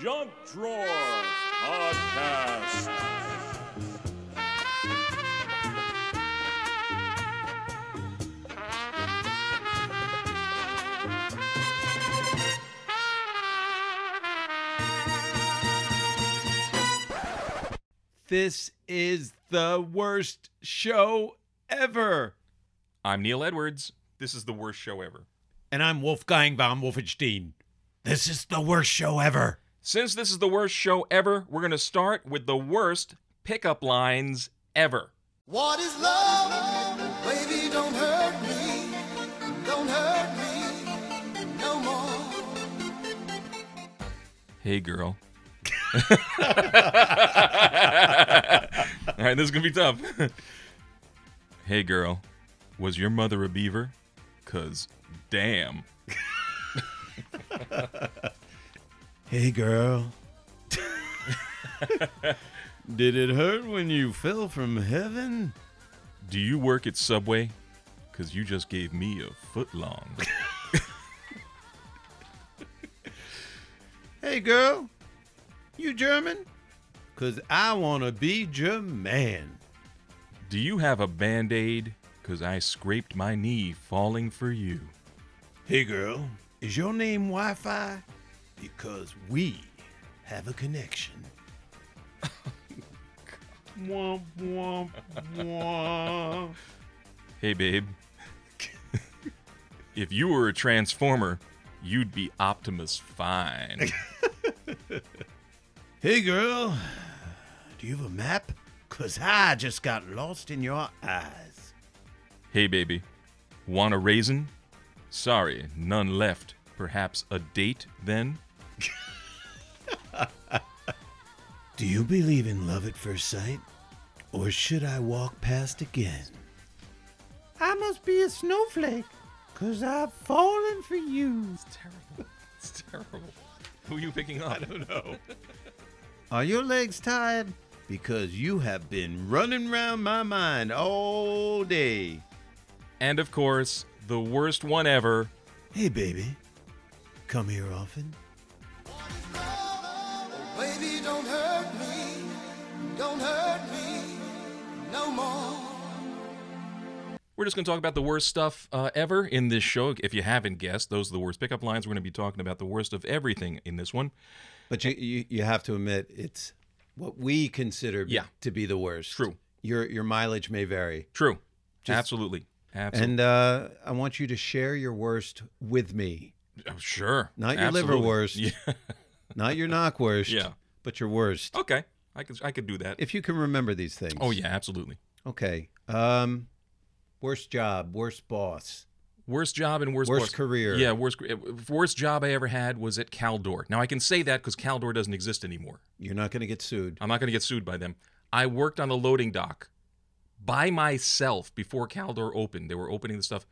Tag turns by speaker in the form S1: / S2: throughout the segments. S1: Junk Drawer Podcast.
S2: This is the worst show ever.
S3: I'm Neil Edwards. This is the worst show ever.
S2: And I'm Wolfgang von Wolfenstein. This is the worst show ever.
S3: Since this is the worst show ever, we're going to start with the worst pickup lines ever.
S4: What is love? Baby, don't hurt me. Don't hurt me no more.
S3: Hey, girl. All right, this is going to be tough. hey, girl. Was your mother a beaver? Because, damn.
S2: Hey, girl. Did it hurt when you fell from heaven?
S3: Do you work at Subway? Because you just gave me a foot long.
S2: Hey, girl. You German? Because I want to be German.
S3: Do you have a band aid? Because I scraped my knee falling for you.
S2: Hey, girl. Is your name Wi Fi? Because we have a connection. womp, womp, womp.
S3: Hey, babe. if you were a Transformer, you'd be Optimus Fine.
S2: Hey girl, do you have a map? Cause I just got lost in your eyes.
S3: hey, baby. Want a raisin? Sorry, none left. Perhaps a date then?
S2: Do you believe in love at first sight? Or should I walk past again? I must be a snowflake, cause I've fallen for you.
S3: It's terrible. It's terrible. Who are you picking up? I don't know.
S2: Are your legs tired? Because you have been running round my mind all day.
S3: And of course, the worst one ever.
S2: Hey baby, come here often.
S4: Baby, don't hurt me. Don't hurt me no more.
S3: We're just going to talk about the worst stuff uh, ever in this show. If you haven't guessed, those are the worst pickup lines. We're going to be talking about the worst of everything in this one.
S2: But you, you you have to admit it's what we consider be-
S3: Yeah.
S2: to be the worst.
S3: True.
S2: Your your mileage may vary.
S3: True. Absolutely. Absolutely.
S2: And uh, I want you to share your worst with me.
S3: Oh, sure.
S2: Not your
S3: Absolutely.
S2: liverwurst.
S3: Yeah.
S2: Not your knock worst,
S3: Yeah.
S2: but your worst.
S3: Okay. I could I could do that.
S2: If you can remember these things.
S3: Oh yeah, absolutely.
S2: Okay. Um worst job, worst boss.
S3: Worst job and worst
S2: Worst
S3: boss.
S2: career.
S3: Yeah, worst uh, worst job I ever had was at Caldor. Now I can say that because Caldor doesn't exist anymore.
S2: You're not going to get sued.
S3: I'm not going to get sued by them. I worked on the loading dock by myself before Caldor opened. They were opening the stuff,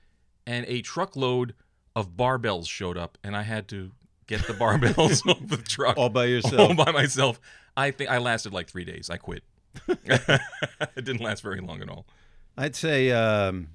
S3: and a truckload of barbells showed up, and I had to get the barbells off the truck
S2: All by yourself.
S3: all by myself. I think I lasted like three days. I quit. it didn't last very long at all.
S2: I'd say um,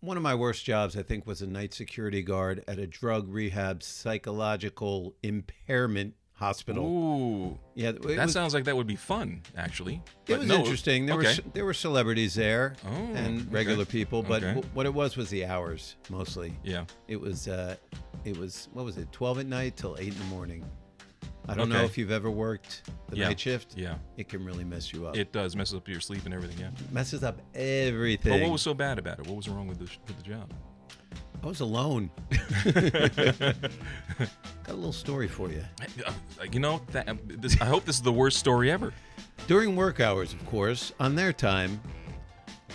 S2: one of my worst jobs, I think, was a night security guard at a drug rehab psychological impairment hospital.
S3: Ooh,
S2: yeah, it
S3: that
S2: was,
S3: sounds like that would be fun, actually.
S2: it
S3: But
S2: was
S3: no,
S2: interesting. There were
S3: okay.
S2: there were celebrities there
S3: Oh,
S2: and
S3: okay.
S2: regular people, but
S3: Okay.
S2: wh- what it was was the hours mostly.
S3: yeah.
S2: It was uh, it was what was it? Twelve at night till eight in the morning. I don't know
S3: Okay.
S2: if you've ever worked the
S3: yeah.
S2: night shift.
S3: Yeah,
S2: It can really mess you up. It
S3: it does messes up your sleep and everything. Yeah.
S2: messes up everything.
S3: But what was so bad about it? What was wrong with the with the job?
S2: I was alone. Got a little story for you.
S3: Uh, You know, that, um, this, I hope this is the worst story ever.
S2: During work hours, of course, on their time,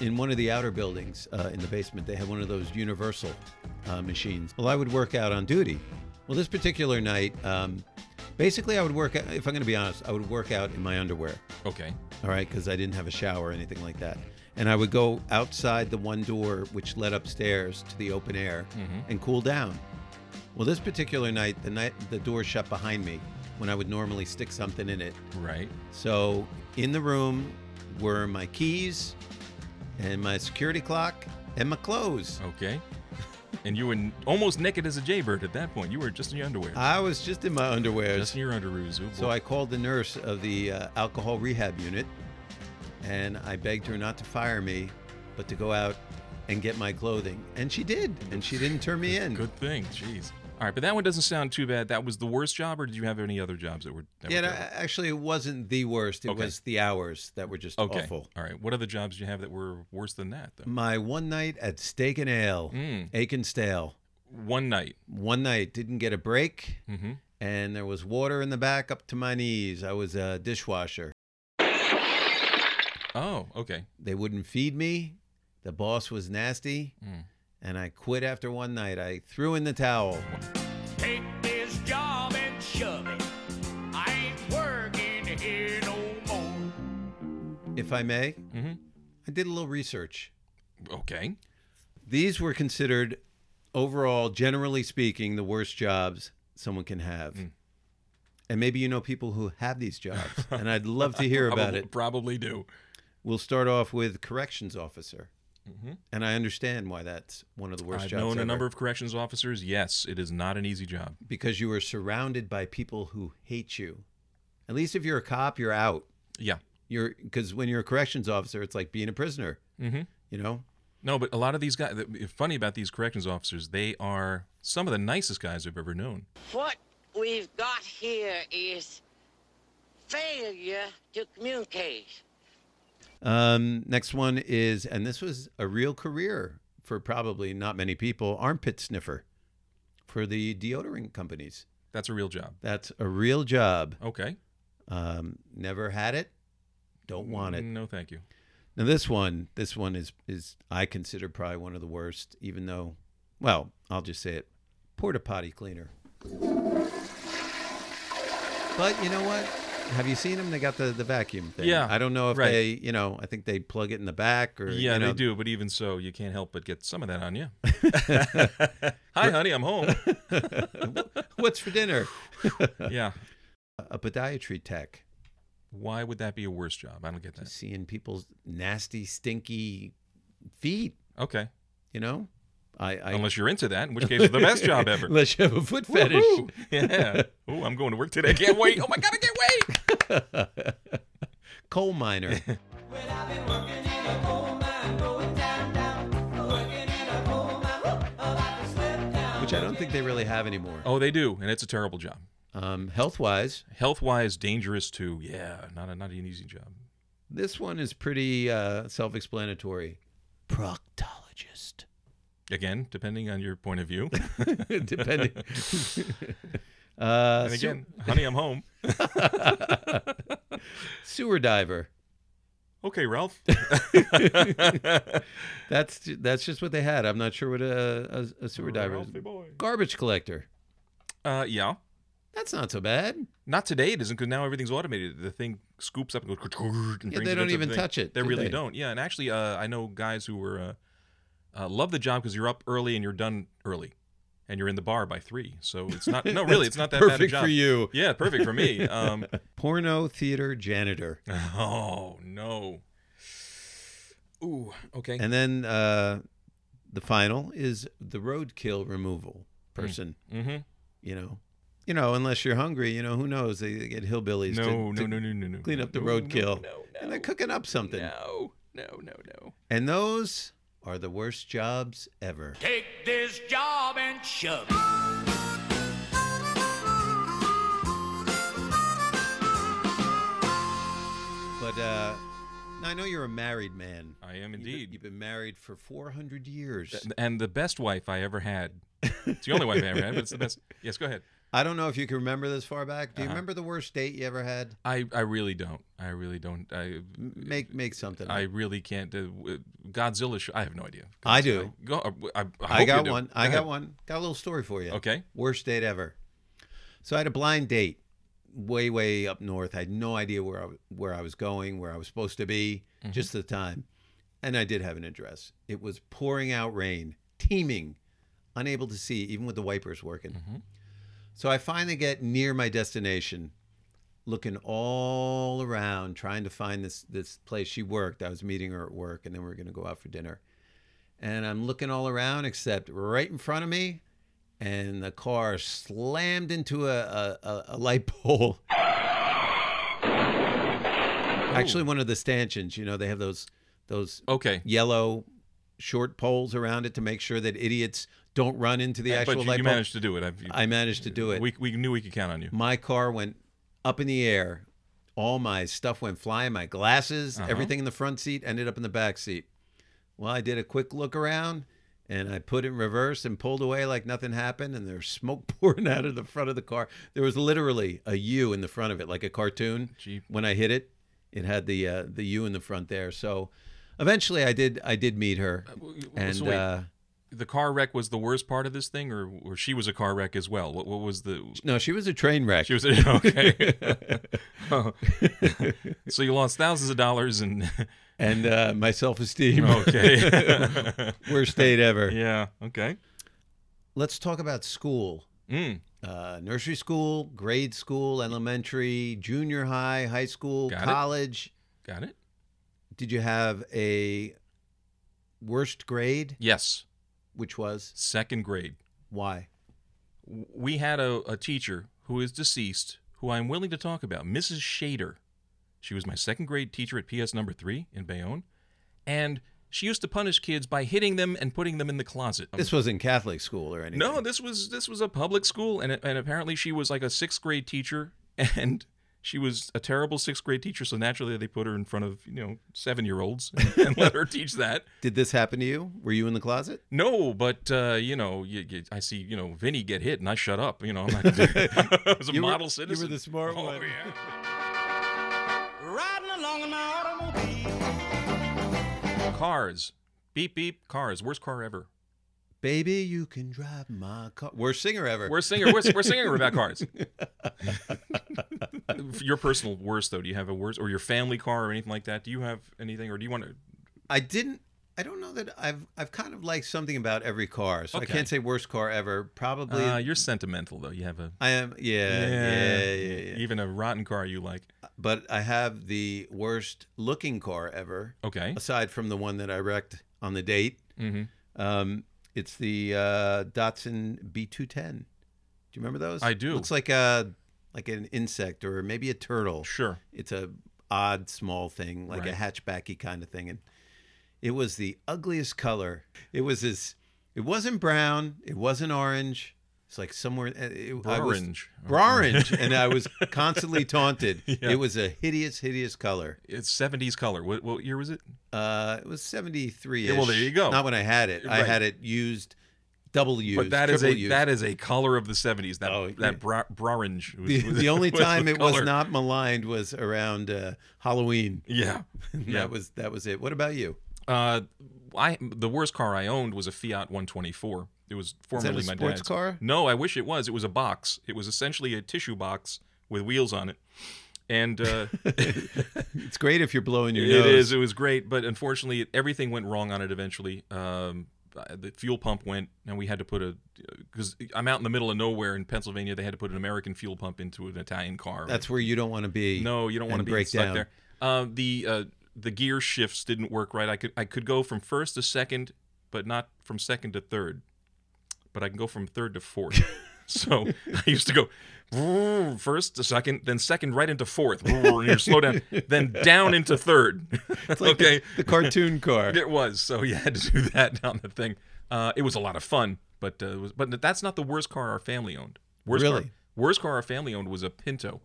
S2: in one of the outer buildings uh, in the basement, they had one of those universal uh, machines. Well, I would work out on duty. Well, this particular night, um, basically, I would work out, if I'm going to be honest, I would work out in my underwear,
S3: Okay.
S2: all right, because I didn't have a shower or anything like that. And I would go outside the one door which led upstairs to the open air and cool down. Well, this particular night, the night the door shut behind me when I would normally stick something in it.
S3: Right.
S2: So in the room were
S3: Oh.
S2: my keys and my security clock and my clothes.
S3: Okay. and you were n- almost naked as a jaybird at that point. You were just in your underwear.
S2: I was just in my underwears.
S3: just in your underoos. Oh,
S2: So
S3: boy.
S2: I called the nurse of the uh, alcohol rehab unit and I begged her not to fire me, but to go out and get my clothing. And she did. And she didn't turn me in.
S3: Good thing. Jeez. All right, but that one doesn't sound too bad. That was the worst job, or did you have any other jobs that were? That
S2: Yeah,
S3: were
S2: no,
S3: terrible?
S2: actually, it wasn't the worst. It
S3: Okay.
S2: was the hours that were just
S3: okay.
S2: awful.
S3: All right. What other jobs did you have that were worse than that? Though?
S2: My one night at Steak and Ale,
S3: Mm.
S2: Aiken Stale,
S3: Hmm, One night.
S2: one night didn't get a break,
S3: Mm-hmm.
S2: and there was water in the back up to my knees. I was a dishwasher.
S3: Oh, okay.
S2: They wouldn't feed me. The boss was nasty,
S3: Mm.
S2: and I quit after one night. I threw in the towel.
S5: Take this job and shove it. I ain't working here no more.
S2: If I may,
S3: hmm
S2: I did a little research.
S3: Okay.
S2: These were considered, overall, generally speaking, the worst jobs someone can have.
S3: Mm.
S2: And maybe you know people who have these jobs, and I'd love to hear about
S3: probably,
S2: it.
S3: Probably do.
S2: We'll start off with corrections officer. And I understand why that's one of the worst
S3: Mm-hmm. I've
S2: jobs.
S3: known a
S2: ever.
S3: number of corrections officers. Yes, it is not an easy job.
S2: because you are surrounded by people who hate you. At least if you're a cop, you're out.
S3: Yeah.
S2: You're because when you're a corrections officer, it's like being a prisoner.
S3: Mm-hmm.
S2: You know,
S3: No, but a lot of these guys. the- Funny about these corrections officers, they are some of the nicest guys I've ever known.
S6: What we've got here is failure to communicate.
S2: Um, next one is, and this was a real career for probably not many people, armpit sniffer for the deodorant companies.
S3: That's a real job.
S2: That's a real job.
S3: Okay.
S2: Um, never had it. Don't want it.
S3: No, thank you.
S2: Now this one, this one is is I consider probably one of the worst, even though, well, I'll just say it, porta potty cleaner. But you know what? Have you seen them? They got the, the vacuum thing.
S3: Yeah,
S2: I don't know if
S3: right.
S2: they, you know, I think they plug it in the back or
S3: Yeah,
S2: you know,
S3: they do. But even so, you can't help but get some of that on you. Hi, honey. I'm home.
S2: What's for dinner?
S3: Yeah.
S2: a podiatry tech.
S3: Why would that be a worse job? I don't get that.
S2: Seeing people's nasty, stinky feet,
S3: Okay.
S2: you know? I, I
S3: Unless you're into that, in which case it's the best job ever.
S2: Unless you have a foot fetish.
S3: Woohoo! Yeah. Oh, I'm going to work today. I can't wait. Oh my god, I can't wait.
S2: Coal miner.
S7: Well, I've been working in a coal mine, going down, down, working in a coal mine, whoop, oh, I can slip down.
S2: which I don't think they really have anymore.
S3: Oh, they do, and it's a terrible job.
S2: Um, health wise,
S3: Health wise, dangerous too. Yeah, not a, not an easy job.
S2: this one is pretty uh, self explanatory. Proctologist.
S3: Again, depending on your point of view.
S2: Depending. uh,
S3: And
S2: sew-
S3: again, honey, I'm home.
S2: sewer diver.
S3: Okay, Ralph.
S2: That's ju- that's just what they had. I'm not sure what a, a, a sewer diver is.
S3: Ralphie boy.
S2: Garbage collector.
S3: Uh, yeah.
S2: That's not so bad.
S3: Not today it isn't because now everything's automated. The thing scoops up and goes. And
S2: Yeah,
S3: brings
S2: they
S3: it
S2: don't
S3: into the
S2: even
S3: thing.
S2: touch it,
S3: They
S2: do
S3: really
S2: they?
S3: don't. Yeah, and actually, uh, I know guys who were uh, uh, love the job because you're up early and you're done early, and you're in the bar by three. So it's not. No, Oh, really, it's not that bad a
S2: perfect
S3: job.
S2: for you.
S3: Yeah, perfect for me. Um,
S2: Porno theater janitor.
S3: oh no. Ooh. Okay.
S2: And then uh, the final is the roadkill removal person.
S3: mm-hmm.
S2: you know, you know, unless you're hungry, you know, who knows? They, they get hillbillies
S3: No,
S2: to,
S3: no,
S2: to
S3: no, no, no, no.
S2: clean up the
S3: no, no,
S2: roadkill,
S3: No, no,
S2: and they're cooking up something.
S3: No, no, no, no.
S2: And those are the worst jobs ever.
S5: Take this job and shove it.
S2: But uh, now I know you're a married man.
S3: I
S2: You've
S3: am
S2: been-
S3: indeed.
S2: you've been, married for 400 years.
S3: and the best wife I ever had. It's the only wife I ever had, but it's the best. Yes, go ahead.
S2: I don't know if you can remember this far back. Do you
S3: Uh-huh.
S2: remember the worst date you ever had?
S3: I, I really don't. I really don't. I
S2: Make make something.
S3: I
S2: up.
S3: really can't. do Godzilla. Sh- I have no idea.
S2: I do.
S3: Go, I, I, hope
S2: I
S3: you
S2: got
S3: do.
S2: one.
S3: Go
S2: I
S3: ahead.
S2: got one. Got a little story for you.
S3: Okay.
S2: Worst date ever. So I had a blind date way, way up north. I had no idea where I, where I was going, where I was supposed to be, just the time. And I did have an address. It was pouring out rain, teeming, unable to see, even with the wipers working. So I finally get near my destination, looking all around, trying to find this this place she worked. I was meeting her at work, and then we were going to go out for dinner. and I'm looking all around except right in front of me, and the car slammed into a a, a, a light pole. Actually, one of the stanchions. You know, they have those those
S3: Okay.
S2: yellow short poles around it to make sure that idiots don't run into the actual
S3: but you,
S2: light
S3: you
S2: pole.
S3: managed to do it. I've, you-
S2: I managed to do it.
S3: We, we knew we could count on you.
S2: My car went up in the air. All my stuff went flying. My glasses,
S3: Uh-huh.
S2: everything in the front seat ended up in the back seat. Well, I did a quick look around and I put it in reverse and pulled away like nothing happened. And there's smoke pouring out of the front of the car. There was literally a U in the front of it, like a cartoon.
S3: Gee.
S2: When I hit it, it had the uh, the U in the front there. So eventually, I did I did meet her,
S3: w- w-
S2: and
S3: so wait.
S2: uh,
S3: The car wreck was the worst part of this thing, or, or she was a car wreck as well. What, what was the?
S2: no, she was a train wreck.
S3: She was okay. so you lost thousands of dollars and
S2: and uh, my self esteem,
S3: okay,
S2: worst date ever.
S3: yeah, okay.
S2: Let's talk about school.
S3: Mm,
S2: uh, nursery school, grade school, elementary, junior high, high school,
S3: Got it.
S2: college.
S3: got it.
S2: Did you have a worst grade,
S3: Yes,
S2: which was
S3: second grade.
S2: why?
S3: we had a, a teacher who is deceased who I'm willing to talk about, Mrs. Shader. She was my second grade teacher at PS number three in Bayonne, and she used to punish kids by hitting them and putting them in the closet.
S2: This wasn't Catholic school or anything.
S3: Um, no, this was this was a public school, and and apparently she was like a sixth grade teacher, and she was a terrible sixth grade teacher. So naturally, they put her in front of you know seven year olds and, and let her teach that.
S2: Did this happen to you? Were you in the closet?
S3: No, but uh, you know, you, you, I see you know Vinny get hit, and I shut up. You know, I'm not. Gonna do I was a
S2: You were-
S3: model
S2: you were
S3: citizen. Oh,
S2: the smart
S3: one.
S2: one.
S4: Riding along in my automobile.
S3: Cars, beep beep. Cars, worst car ever.
S2: Baby, you can drive my car. Worst singer ever.
S3: Worst singer. Worst, worst singer about cars. your personal worst though. Do you have a worst, or your family car, or anything like that? Do you have anything, or do you want to?
S2: I didn't. I don't know that I've. I've kind of liked something about every car, so
S3: Okay.
S2: I can't say worst car ever. Probably.
S3: Uh, you're sentimental though. You have a E-,
S2: I am. Yeah. Yeah. Yeah. yeah.
S3: Even a rotten car you like.
S2: But I have the worst looking car ever.
S3: Okay.
S2: aside from the one that I wrecked on the date.
S3: Mm-hmm.
S2: Um, it's the uh, Datsun B210. Do you remember those?
S3: I do.
S2: Looks like a like an insect or maybe a turtle.
S3: Sure.
S2: It's a odd small thing, like a
S3: Right.
S2: hatchbacky kind of thing, and it was the ugliest color. It was this. It wasn't brown. It wasn't orange. It's like somewhere. eh, It, I was-
S3: Orange.
S2: Brorange, and I was constantly taunted.
S3: Yeah.
S2: It was a hideous, hideous color.
S3: It's 70s color. What, what year was it?
S2: Uh, it was 73
S3: Yeah, well, there you go.
S2: Not when I had it. I
S3: Right.
S2: had it used, double used.
S3: But that is a
S2: triple used.
S3: that is a color of the seventies. That
S2: Oh, yeah.
S3: that bra- brorange. was-
S2: the,
S3: was-
S2: the only
S3: was the
S2: time it was
S3: color.
S2: not maligned was around uh, Halloween.
S3: Yeah, yeah.
S2: That was that was it. What about you?
S3: Uh, I the worst car I owned was a Fiat 124. It was
S2: that a
S3: formerly my
S2: sports
S3: dad's
S2: car?
S3: No, I wish it was. It was a box. It was essentially a tissue box with wheels on it, and uh,
S2: It's great if you're blowing your
S3: It is.
S2: nose.
S3: It was great, but unfortunately, it- everything went wrong on it eventually. Um, uh, the fuel pump went, and we had to put a because I'm out in the middle of nowhere in Pennsylvania. They had to put an American fuel pump into an Italian car.
S2: That's where you don't want to be.
S3: no, you don't want to
S2: and
S3: be
S2: break
S3: stuck
S2: down.
S3: there. Uh, the uh, the gear shifts didn't work right. I could I could go from first to second, but not from second to third. But I can go from third to fourth. so I used to go "Vroom," first to second, then second right into fourth. "Vroom," And you slow down, then down into third.
S2: It's like the-
S3: okay.
S2: the, cartoon car.
S3: It was so you had to do that on the thing. Uh, it was a lot of fun, but uh, it was, but that's not the worst car our family owned. Worst
S2: Really?
S3: Car, worst car our family owned was a Pinto,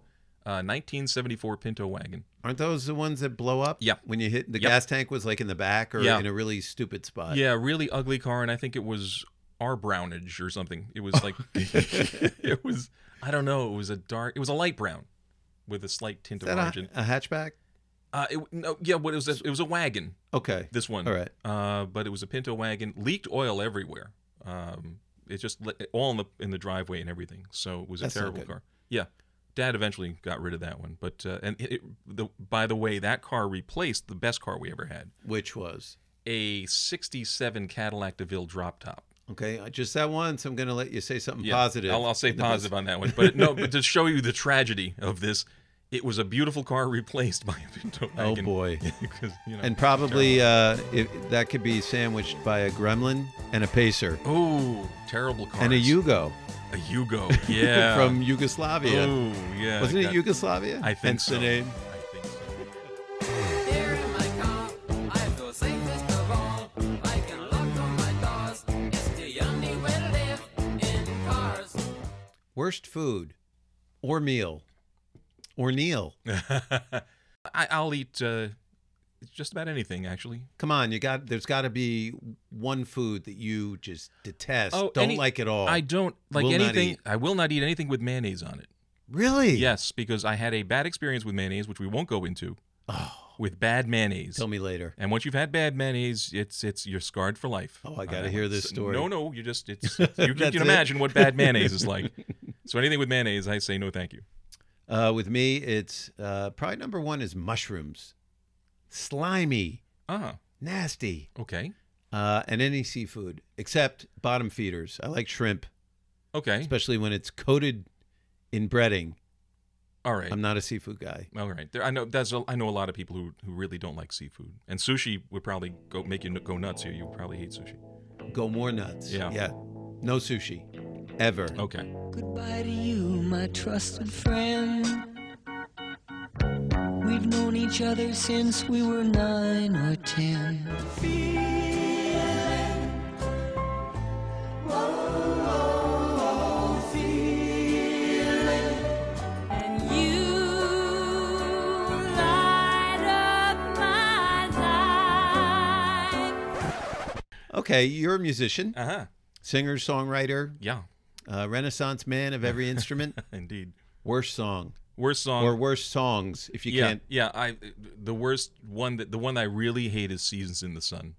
S3: uh, 1974 Pinto wagon.
S2: Aren't those the ones that blow up?
S3: Yeah.
S2: When you hit the
S3: Yep.
S2: gas tank was like in the back or
S3: Yeah.
S2: in a really stupid spot.
S3: Yeah, really ugly car, and I think it was our brownage or something. It was like it was I don't know. It was a dark. It was a light brown with a slight tint
S2: Is
S3: of
S2: that
S3: orange. in
S2: a,
S3: it.
S2: a hatchback?
S3: Uh, it, no, yeah, but it was a, it was a wagon.
S2: Okay.
S3: This one.
S2: All right.
S3: Uh, but it was a Pinto wagon. Leaked oil everywhere. Um, it just le- all in the in the driveway and everything. So it was a
S2: That's not
S3: terrible
S2: good.
S3: car. Yeah. Dad eventually got rid of that one, but uh, and it, it, the by the way, that car replaced the best car we ever had,
S2: Which was?
S3: a '67 Cadillac DeVille drop top.
S2: Okay, I- just that once. I'm going to let you say something
S3: Yeah,
S2: positive.
S3: I'll, I'll say
S2: And the best-
S3: positive on that one, but no, but to show you the tragedy of this, It was a beautiful car replaced by a Pinto
S2: Oh,
S3: wagon.
S2: boy.
S3: 'Cause, you know,
S2: And probably uh, it, that could be sandwiched by a Gremlin and a Pacer
S3: Oh, terrible cars.
S2: and a Yugo
S3: A Yugo. Yeah.
S2: from Yugoslavia.
S3: Oh, yeah.
S2: Wasn't it
S3: God.
S2: Yugoslavia?
S3: I think
S2: Hence
S3: so.
S2: the name.
S3: I think so.
S7: Here in my car, I'm the safest of all. I can lock all my doors. It's the only way to live in cars.
S2: Worst food or meal or Neil.
S3: I, I'll eat uh, just about anything, actually.
S2: Come on, you got. There's got to be one food that you just detest, don't
S3: Oh, any-
S2: like at all.
S3: I don't like
S2: Will not
S3: anything.
S2: eat.
S3: I will not eat anything with mayonnaise on it.
S2: really.
S3: Yes, because I had a bad experience with mayonnaise, which we won't go into.
S2: Oh.
S3: With bad mayonnaise.
S2: Tell me later.
S3: And once you've had bad mayonnaise, it's it's you're scarred for life.
S2: Oh, I
S3: on
S2: gotta
S3: that
S2: hear
S3: one.
S2: this
S3: So-
S2: story.
S3: No, no, you just it's, it's- you
S2: That's
S3: can
S2: it?
S3: imagine what bad mayonnaise is like. So anything with mayonnaise, I say no, thank you.
S2: Uh, with me, it's uh, probably number one is mushrooms, slimy,
S3: Ah,
S2: nasty,
S3: okay,
S2: uh, and any seafood except bottom feeders. I like shrimp,
S3: okay,
S2: especially when it's coated in breading.
S3: all right,
S2: I'm not a seafood guy.
S3: all right. There, I know that's a, I know a lot of people who who really don't like seafood, and sushi would probably go make you n- go nuts here. You would probably hate sushi.
S2: Go more nuts.
S3: Yeah.
S2: Yeah. No sushi, ever.
S3: Okay.
S8: Goodbye to you, my trusted friend. We've known each other since we were nine or ten.
S9: And you light up my life.
S2: Okay, you're a musician,
S3: Uh huh.
S2: singer, songwriter,
S3: Yeah.
S2: uh, Renaissance man of every instrument.
S3: Indeed.
S2: Worst song
S3: Worst song.
S2: or worst songs if you
S3: Um, yeah,
S2: can't.
S3: yeah. I the worst one that the one I really hate is Seasons in the Sun.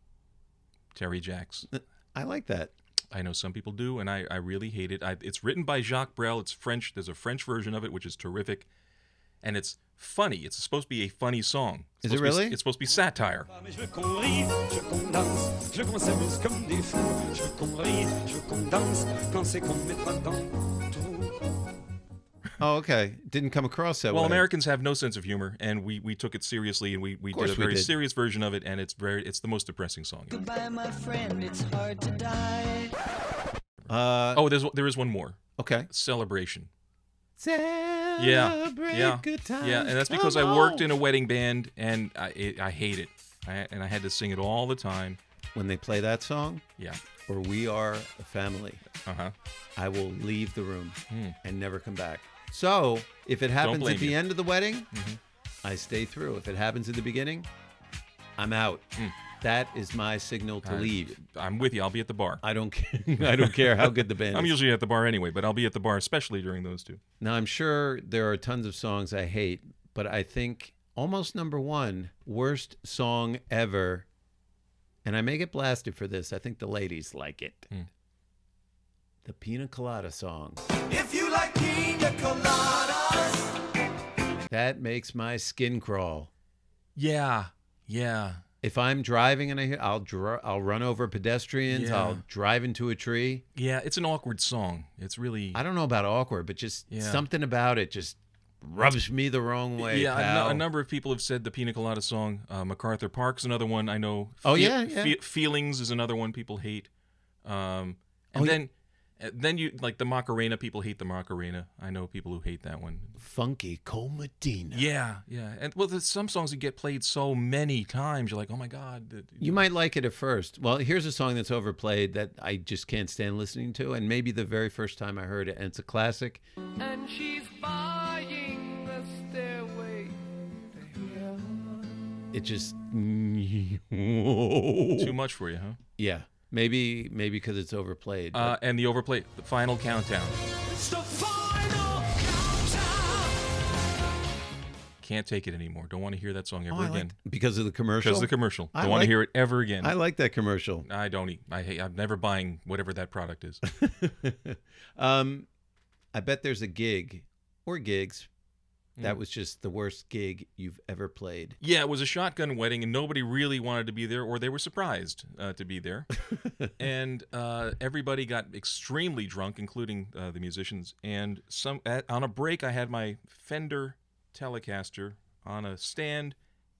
S3: Terry Jacks.
S2: I like that.
S3: I know some people do, and I, I really hate it. I, it's written by Jacques Brel. It's French. There's a French version of it, which is terrific, and it's funny. It's supposed to be a funny song.
S2: Is
S3: It's
S2: it
S3: supposed to be-
S2: really?
S3: it's supposed to be satire.
S10: Ah, Mais je veux qu'on rie, je veux qu'on danse, je veux qu'on s'amuse comme des fous. Je veux qu'on rie, je veux qu'on danse, quand c'est qu'on mettra dans le trou.
S2: Oh, okay. Didn't come across that
S3: Well,
S2: way.
S3: Americans have no sense of humor, and we, we took it seriously, and we, we did
S2: course
S3: a
S2: we
S3: very
S2: did.
S3: serious version of it, and it's very it's the most depressing song.
S8: Goodbye, my friend, it's hard to die.
S2: Uh,
S3: Oh, there's there is one more.
S2: okay.
S3: Celebration.
S2: Celebrate
S3: yeah, yeah,
S2: good times.
S3: yeah, and that's because I worked in a wedding band, and I it, I hate it, I, and I had to sing it all the time.
S2: When they play that song,
S3: Yeah,
S2: or We Are a Family,
S3: uh huh.
S2: I will leave the room and never come back. So if it happens
S3: Hmm. blame
S2: at the
S3: you. Mm-hmm.
S2: end of the wedding, I stay through. If it happens at the beginning, I'm out.
S3: Hmm.
S2: That is my signal to leave.
S3: I'm with you. I'll be at the bar.
S2: I don't care. I don't care how good the band
S3: I'm
S2: is.
S3: usually at the bar anyway, but I'll be at the bar especially during those two.
S2: Now, I'm sure there are tons of songs I hate, but I think almost number one, worst song ever, and I may get blasted for this. I think the ladies like it.
S3: Hmm.
S2: The Pina Colada song.
S4: If you like pina coladas,
S2: That makes my skin crawl.
S3: Yeah, yeah.
S2: If I'm driving and I hear, I'll dr- I'll run over pedestrians.
S3: Yeah.
S2: I'll drive into a tree.
S3: Yeah, it's an awkward song. It's really
S2: I don't know about awkward, but just
S3: Yeah.
S2: something about it just rubs me the wrong way.
S3: yeah. a nu-
S2: pal.
S3: A number of people have said the Pina Colada song. Uh, MacArthur Park's another one I know.
S2: Oh, yeah, yeah.
S3: Feelings is another one people hate. Um, and
S2: Oh, yeah.
S3: then, uh, then you like the Macarena. People hate the Macarena. I know people who hate that one.
S2: Funky Comadina.
S3: Yeah, yeah. And well, there's some songs that get played so many times. You're like, oh my god. that-
S2: You might like it at first. Well, here's a song that's overplayed that I just can't stand listening to, and maybe the very first time I heard it, and it's a classic.
S8: And she's buying the stairway to heaven.
S2: It just,
S3: Too much for you, huh?
S2: yeah, maybe maybe because it's overplayed.
S3: Uh,
S2: but
S3: and the overplay, the final countdown.
S4: it's the final countdown.
S3: Can't take it anymore. Don't want to hear that song
S2: Oh,
S3: ever
S2: I like
S3: again
S2: th- because of the commercial.
S3: because of the commercial.
S2: I
S3: Don't want
S2: like-
S3: to hear it ever again.
S2: I like that commercial.
S3: I don't eat. I hate. I'm never buying whatever that product is.
S2: um, I bet there's a gig or gigs that was just the worst gig you've ever played.
S3: yeah, it was a shotgun wedding, and nobody really wanted to be there, or they were surprised uh, to be there. and uh, everybody got extremely drunk, including uh, the musicians. And some at, on a break, I had my Fender Telecaster on a stand,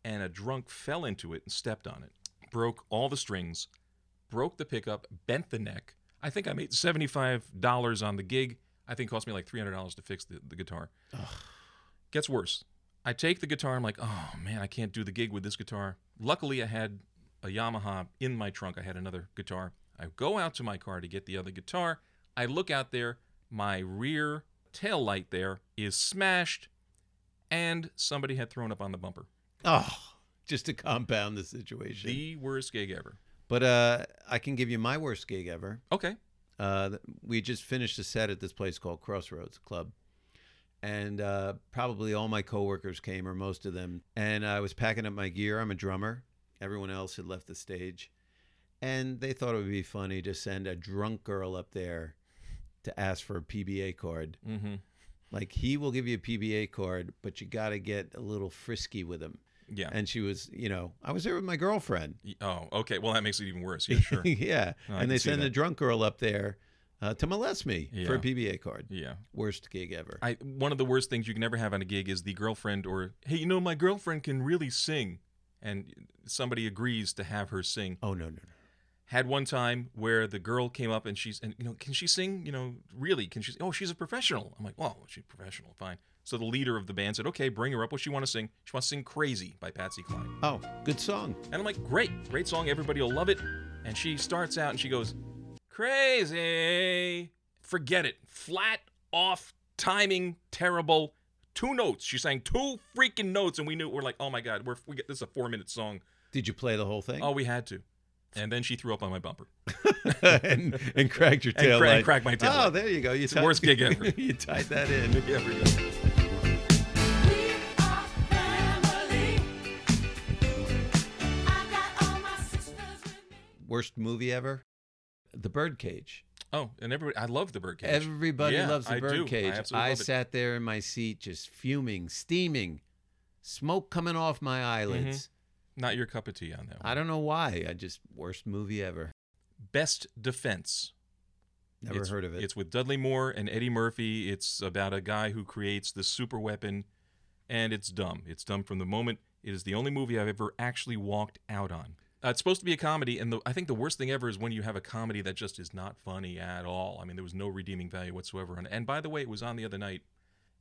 S3: and a drunk fell into it and stepped on it. Broke all the strings, broke the pickup, bent the neck. I think I made $75 on the gig. I think it cost me like $300 to fix the, the guitar. Gets worse. I take the guitar. I'm like, oh man, I can't do the gig with this guitar. Luckily, I had a Yamaha in my trunk. I had another guitar. I go out to my car to get the other guitar. I look out there. My rear tail light there is smashed, and somebody had thrown up on the bumper.
S2: Oh, just to compound the situation.
S3: The worst gig ever.
S2: But uh, I can give you my worst gig ever.
S3: Okay.
S2: Uh, th- we just finished a set at this place called Crossroads Club. And uh, probably all my coworkers came, or most of them. And I was packing up my gear. I'm a drummer. Everyone else had left the stage. And they thought it would be funny to send a drunk girl up there to ask for a PBA card.
S3: Mm-hmm.
S2: Like, he will give you a PBA card, but you got to get a little frisky with him.
S3: Yeah.
S2: And she was, you know, I was there with my girlfriend.
S3: Y- oh, okay. Well, that makes it even worse. Yeah, sure.
S2: yeah.
S3: No, I can
S2: and they
S3: see
S2: send
S3: that.
S2: a drunk girl up there uh, to molest me for
S3: Yeah.
S2: a PBA card.
S3: yeah.
S2: Worst gig ever.
S3: I one of the worst things you can ever have on a gig is the girlfriend or hey, you know my girlfriend can really sing, and somebody agrees to have her sing.
S2: oh, no, no, no.
S3: Had one time where the girl came up and she's and you know can she sing? You know really can she? Oh, she's a professional. I'm like, well, she's professional, fine. So the leader of the band said, okay, bring her up. What she want to sing? She wants to sing "Crazy" by Patsy Cline.
S2: Oh, good song.
S3: And I'm like, great, great song. Everybody will love it. And she starts out and she goes, crazy. Forget it. Flat off, timing terrible. Two notes. She sang two freaking notes, and we knew we're like, oh my god, we're we get this is a four minute song.
S2: Did you play the whole thing?
S3: Oh, we had to. And then she threw up on my bumper.
S2: and, and cracked your
S3: And
S2: tail.
S3: cra- and
S2: light.
S3: cracked my tail
S2: Oh,
S3: light.
S2: there you go. You
S3: It's the worst gig ever.
S2: you tied that in.
S3: Yeah, we did.
S9: We are family. I got all my sisters with me.
S2: Worst movie ever? The Birdcage.
S3: Oh, and everybody, I love the birdcage.
S2: Everybody
S3: Yeah,
S2: loves The
S3: I do. I
S2: Birdcage.
S3: absolutely love it.
S2: sat there in my seat just fuming, steaming, smoke coming off my eyelids.
S3: Mm-hmm. Not your cup of tea on that one.
S2: I don't know why. I just, worst movie ever.
S3: Best defense.
S2: Never
S3: It's-
S2: heard of it.
S3: It's with Dudley Moore and Eddie Murphy. It's about a guy who creates the super weapon, and it's dumb. It's dumb from the moment. It is the only movie I've ever actually walked out on. Uh, it's supposed to be a comedy, and the, I think the worst thing ever is when you have a comedy that just is not funny at all. I mean, there was no redeeming value whatsoever. And, and by the way, it was on the other night,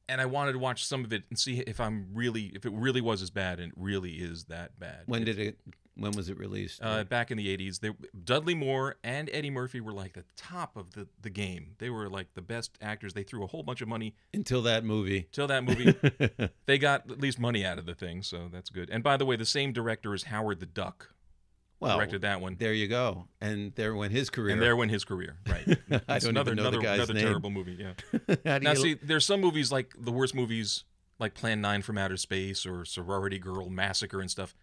S3: and I wanted to watch some of it and see if I'm really, if it really was as bad, and it really is that bad.
S2: when did it? When was it released?
S3: Uh, back in the 80s, they, Dudley Moore and Eddie Murphy were like the top of the, the game. They were like the best actors. They threw a whole bunch of money
S2: Until that movie.
S3: till that movie. they got at least money out of the thing, so that's good. And by the way, the same director as Howard the Duck
S2: Well,
S3: directed that one.
S2: There you go. And there went his career.
S3: And there went his career. Right.
S2: I
S3: It's
S2: don't
S3: another
S2: even know the
S3: another
S2: guy's
S3: another
S2: name.
S3: terrible movie. Yeah.
S2: How do
S3: now
S2: you-
S3: see, there's some movies like the worst movies, like Plan Nine from Outer Space or Sorority Girl Massacre and stuff.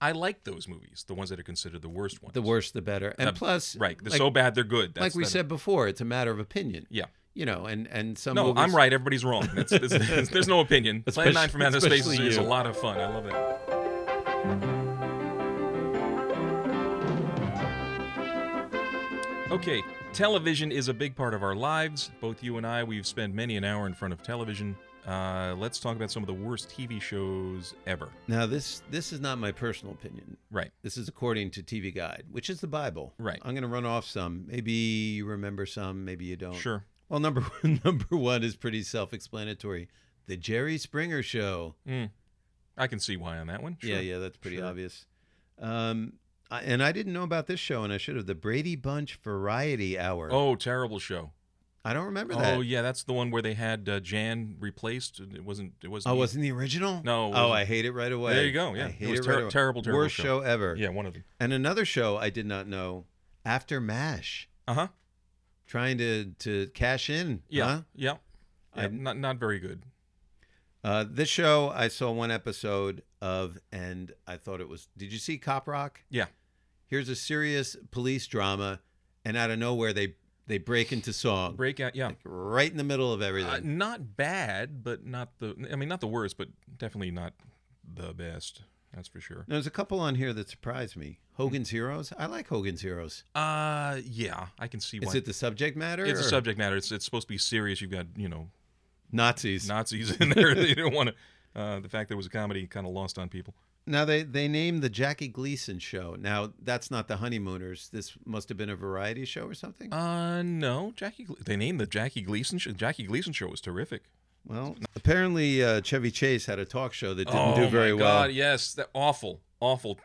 S3: I like those movies, the ones that are considered the worst ones.
S2: the worse the better. And
S3: Uh,
S2: plus,
S3: right? They're
S2: like,
S3: so bad they're good. That's
S2: like we
S3: that-
S2: said before, it's a matter of opinion.
S3: Yeah.
S2: You know, and and some.
S3: No,
S2: movies-
S3: I'm right. Everybody's wrong. That's, that's, that's- there's no opinion.
S2: Especially-
S3: Plan 9 from Outer Space is,
S2: especially
S3: is a
S2: you.
S3: lot of fun. I love that. Okay, television is a big part of our lives. Both you and I, we've spent many an hour in front of television. Uh, let's talk about some of the worst TV shows ever.
S2: Now this this is not my personal opinion.
S3: Right.
S2: This is according to TV Guide, which is the Bible.
S3: Right.
S2: I'm going to run off some. Maybe you remember some. Maybe you don't.
S3: Sure.
S2: Well, number one, number one is pretty self-explanatory. The Jerry Springer Show.
S3: I can see why on that one. Sure.
S2: Yeah, yeah, that's pretty
S3: Sure.
S2: obvious. Um, I, and I didn't know about this show, and I should have. The Brady Bunch Variety Hour.
S3: Oh, terrible show.
S2: I don't remember that.
S3: Oh, yeah, that's the one where they had uh, Jan replaced. It wasn't. It wasn't.
S2: Oh,
S3: you.
S2: wasn't the original?
S3: No, it
S2: Oh,
S3: wasn't.
S2: I hate it right away.
S3: There you go, yeah.
S2: I
S3: It
S2: hate
S3: was
S2: it
S3: ter-
S2: right away.
S3: terrible, terrible
S2: Worst
S3: show.
S2: show ever.
S3: Yeah, one of them.
S2: And another show I did not know after MASH,
S3: Uh huh.
S2: trying to to cash in.
S3: Yeah.
S2: huh?
S3: Yeah. yeah.
S2: I-
S3: not not very good.
S2: Uh, this show I saw one episode of, and I thought it was. Did you see Cop Rock?
S3: Yeah.
S2: Here's a serious police drama, and out of nowhere they they break into song
S3: Breakout. Yeah.
S2: right in the middle of everything.
S3: Uh, not bad, but not the. I mean, not the worst, but definitely not the best. That's for sure.
S2: Now, There's a couple on here that surprised me.
S3: Hmm.
S2: Hogan's Heroes. I like Hogan's Heroes.
S3: Uh, yeah, I can see why.
S2: Is it the subject matter?
S3: it's a
S2: or-
S3: subject matter. It's, it's supposed to be serious. You've got you know
S2: Nazis.
S3: Nazis in there. they don't want to. Uh, the fact that it was a comedy kind of lost on people.
S2: Now they they named the Jackie Gleason show. Now that's not the Honeymooners. This must have been a variety show or something.
S3: Uh, no, Jackie. Gle- They named the Jackie Gleason show. Jackie Gleason show was terrific.
S2: Well, apparently uh, Chevy Chase had a talk show that didn't do very
S3: Oh my
S2: well.
S3: God, yes, that awful, awful,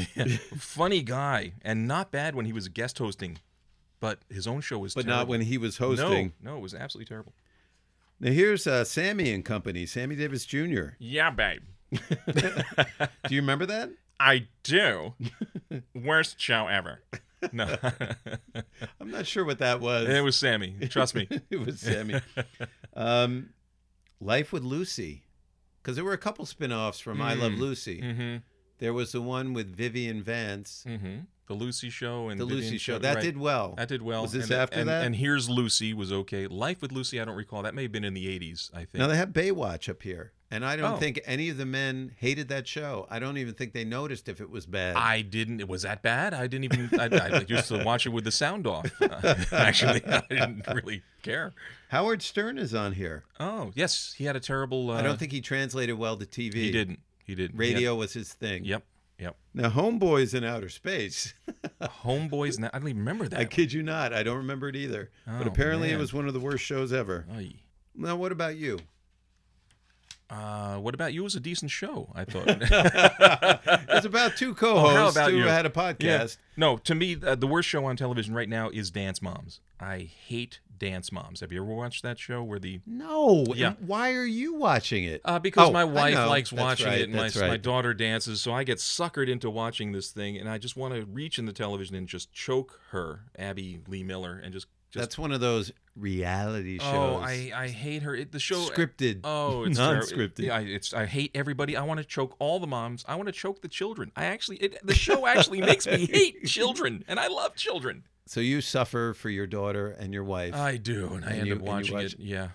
S3: funny guy, and not bad when he was guest hosting, but his own show was.
S2: But
S3: terrible.
S2: not when he was hosting.
S3: No, no, it was absolutely terrible.
S2: Now here's uh, Sammy and Company, Sammy Davis Jr.
S3: Yeah, babe,
S2: Do you remember that?
S3: I do. Worst show ever. No,
S2: I'm not sure what that was.
S3: it was Sammy. Trust me.
S2: it was Sammy. um, Life with Lucy, because there were a couple spin-offs from I Love Lucy.
S3: Mm-hmm.
S2: There was the one with Vivian Vance,
S3: Mm-hmm. The Lucy Show and
S2: the
S3: Mm, Vivian
S2: Lucy show. That
S3: right.
S2: did well.
S3: That did well.
S2: Was this
S3: and,
S2: after
S3: and-
S2: that?
S3: And here's Lucy was okay. Life with Lucy, I don't recall. That may have been in the 80s, I think.
S2: Now they have Baywatch up here, and I don't
S3: Oh.
S2: think any of the men hated that show. I don't even think they noticed if it was bad.
S3: I didn't. Was that bad? I didn't even. I, I used to watch it with the sound off. actually, I didn't really care.
S2: Howard Stern is on here.
S3: Oh yes, he had a terrible. Uh,
S2: I don't think he translated well to TV.
S3: he didn't. He didn't. He had-
S2: Radio was his thing.
S3: Yep. Yep.
S2: Now Homeboys in Outer Space.
S3: Homeboys. Now, I don't even remember that.
S2: I kid you not. I don't remember it either. but
S3: Oh,
S2: apparently it
S3: man.
S2: was one of the worst shows ever.
S3: Ay.
S2: Now what about you?
S3: Uh, what about you? It was a decent show. I thought.
S2: It's about two co-hosts
S3: Oh, about
S2: who
S3: you?
S2: Oh, had a
S3: Yeah.
S2: podcast.
S3: No, to me, uh, the worst show on television right now is Dance Moms. I hate Dance Moms. Have you ever watched that show where the
S2: No.
S3: Yeah.
S2: Why are you watching it?
S3: Uh, because
S2: Oh, I
S3: my wife
S2: know.
S3: likes
S2: That's
S3: watching
S2: right,
S3: it, and my,
S2: that's right.
S3: my daughter dances, so I get suckered into watching this thing, and I just want to reach in the television and just choke her, Abby Lee Miller, and just just.
S2: That's one of those reality shows.
S3: oh, I, I hate her. It, the show eh,
S2: Scripted,
S3: Oh, it's terri-
S2: non-scripted.
S3: Yeah, I- it's I hate everybody. I want to choke all the moms. I want to choke the children. I actually it, the show actually makes me hate children, and I love children.
S2: So you suffer for your daughter and your wife,
S3: I do, and I
S2: And
S3: end
S2: you-
S3: up
S2: and you
S3: watching
S2: watch-
S3: it. Yeah,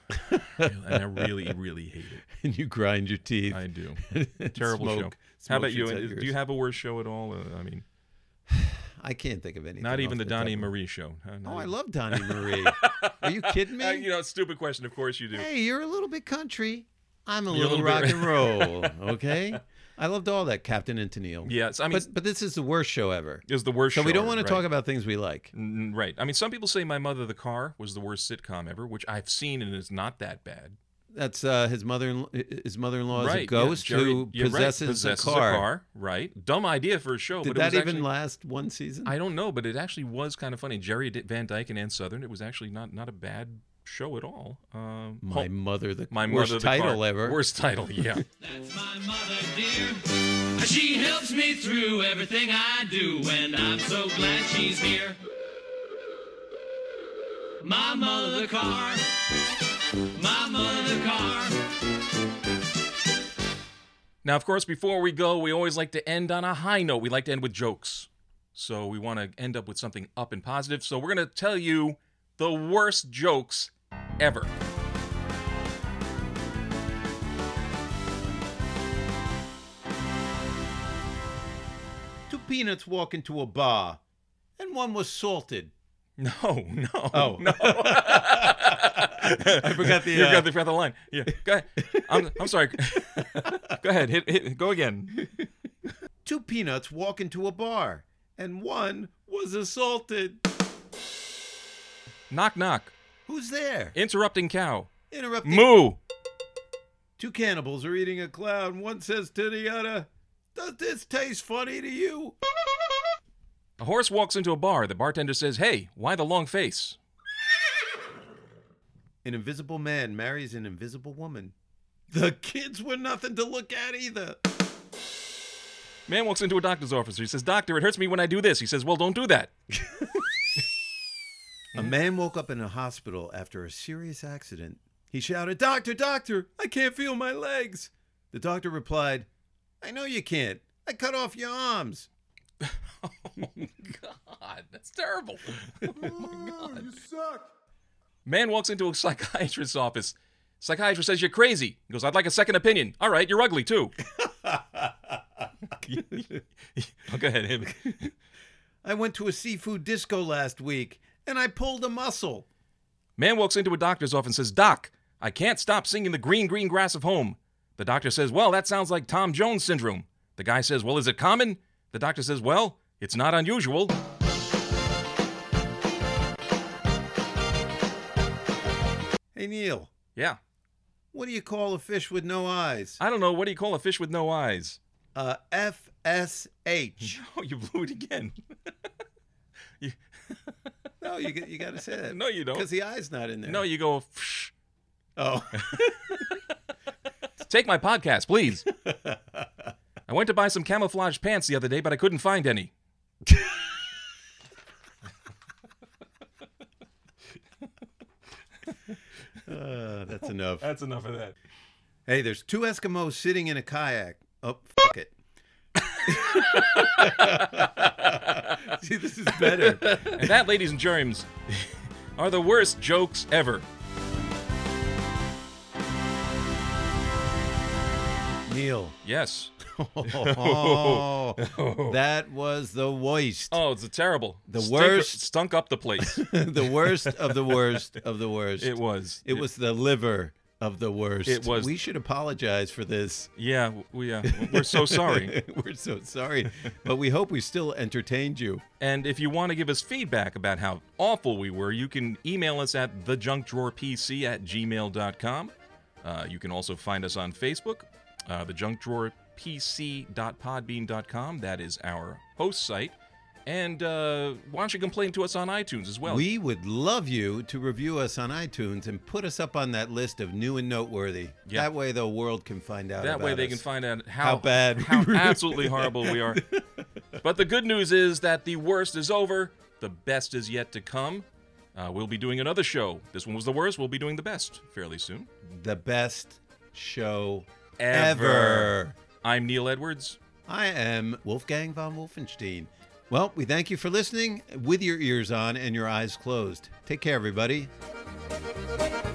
S3: and I really really hate it.
S2: and you grind your teeth.
S3: I do.
S2: and
S3: Terrible show.
S2: smoke- smoke
S3: How about you?
S2: shoots out
S3: Is- Do
S2: yours.
S3: you have a worse show at all? Uh, I mean,
S2: I can't think of anything.
S3: not even
S2: off
S3: the Donnie
S2: top of-
S3: and Marie show. huh? Not
S2: Oh, I
S3: even-
S2: love Donnie Marie. Are you kidding me?
S3: Uh, you know, stupid question. Of course you do.
S2: hey, you're a little bit country. I'm a
S3: You're a
S2: little,
S3: little
S2: rock
S3: bit-
S2: and roll. Okay. I loved all that Captain and Tennille.
S3: Yes, I mean,
S2: but but this is the worst show ever.
S3: is the worst.
S2: So we don't
S3: show,
S2: want
S3: right?
S2: to talk about things we like.
S3: Mm, Right. I mean, some people say My Mother the Car was the worst sitcom ever, which I've seen and it's not that bad.
S2: That's uh, his mother in his mother in law is
S3: right.
S2: a
S3: yeah,
S2: ghost
S3: Jerry-
S2: who
S3: yeah, right,
S2: possesses,
S3: possesses
S2: a, car.
S3: Right. Dumb idea for a show,
S2: Did
S3: but it
S2: that
S3: was
S2: even
S3: actually,
S2: last one season?
S3: I don't know, but it actually was kind of funny. Jerry D- Van Dyke and Ann Southern. It was actually not not a bad show at all. Um,
S2: my
S3: Hol-
S2: mother the
S3: my
S2: worst
S3: mother the
S2: title
S3: Car.
S2: ever.
S3: Worst title. Yeah.
S7: That's my mother dear. She helps me through everything I do, and I'm so glad she's here. My mother the car. My mother the car.
S3: Now, of course, before we go, we always like to end on a high note. We like to end with jokes. So we want to end up with something up and positive. So we're going to tell you the worst jokes ever.
S2: Two peanuts walk into a bar, and one was salted.
S3: No, no.
S2: Oh.
S3: no. I
S2: forgot the,
S3: You
S2: uh,
S3: forgot the, forgot the line. Yeah. Go ahead. I'm, I'm sorry. go ahead. Hit, hit, go again.
S2: Two peanuts walk into a bar, and one was assaulted.
S3: Knock, knock.
S2: Who's there?
S3: Interrupting cow.
S2: Interrupting.
S3: Moo.
S2: Two cannibals are eating a clown. One says to the other, "Does this taste funny to you?"
S3: A horse walks into a bar. The bartender says, Hey, why the long face?
S2: An invisible man marries an invisible woman. The kids were nothing to look at either.
S3: Man walks into a doctor's office. He says, Doctor, it hurts me when I do this. He says, Well, don't do that.
S2: A man woke up in a hospital after a serious accident. He shouted, Doctor, doctor, I can't feel my legs. The doctor replied, I know you can't. I cut off your arms.
S3: Oh God, that's terrible. Oh my God. You suck. Man walks into a psychiatrist's office. Psychiatrist says you're crazy. He goes, I'd like a second opinion. All right, you're ugly too. oh, go ahead. Him.
S2: I went to a seafood disco last week and I pulled a muscle.
S3: Man walks into a doctor's office and says, Doc, I can't stop singing the green, green grass of home. The doctor says, Well, that sounds like Tom Jones syndrome. The guy says, Well, is it common? The doctor says, Well, it's not unusual.
S2: Hey, Neil,
S3: Yeah.
S2: what do you call a fish with no eyes?
S3: I don't know. What do you call a fish with no eyes?
S2: Uh, FSH.
S3: Oh, you blew it again. you,
S2: No, you, g- you got to say that.
S3: no, you
S2: Because
S3: don't.
S2: the eye's not in there.
S3: No, you go, "Psh,
S2: Oh.
S3: Take my podcast, please. I went to buy some camouflage pants the other day, but I couldn't find any.
S2: Uh, that's enough.
S3: That's enough of that.
S2: Hey, there's two Eskimos sitting in a kayak. Oh, fuck it. See, this is better.
S3: And that, ladies and germs, are the worst jokes ever.
S2: Neil.
S3: Yes.
S2: Oh, that was the worst.
S3: Oh, it's terrible.
S2: The
S3: Stink-
S2: worst.
S3: Stunk up the place.
S2: the worst of the worst of the worst.
S3: It was.
S2: It was the liver of the worst.
S3: It was-
S2: We should apologize for this.
S3: Yeah, we, uh, we're so sorry.
S2: We're so sorry, but we hope we still entertained you.
S3: And if you want to give us feedback about how awful we were, you can email us at thejunkdrawerpc at gmail.com. Uh, you can also find us on Facebook, uh, thejunkdrawerpc.podbean.com. That is our host site. And uh, why don't you complain to us on iTunes as well?
S2: We would love you to review us on iTunes and put us up on that list of new and noteworthy.
S3: Yeah.
S2: That way, the world can find out.
S3: that way
S2: about
S3: they
S2: us.
S3: can find out how,
S2: How bad we
S3: how
S2: were.
S3: absolutely horrible we are. But the good news is that the worst is over. The best is yet to come. Uh, we'll be doing another show. This one was the worst. We'll be doing the best fairly soon.
S2: the best show
S3: Ever.
S2: ever.
S3: I'm Neil Edwards.
S2: I am Wolfgang von Wolfenstein. Well, we thank you for listening with your ears on and your eyes closed. Take care, everybody.
S9: Thank you.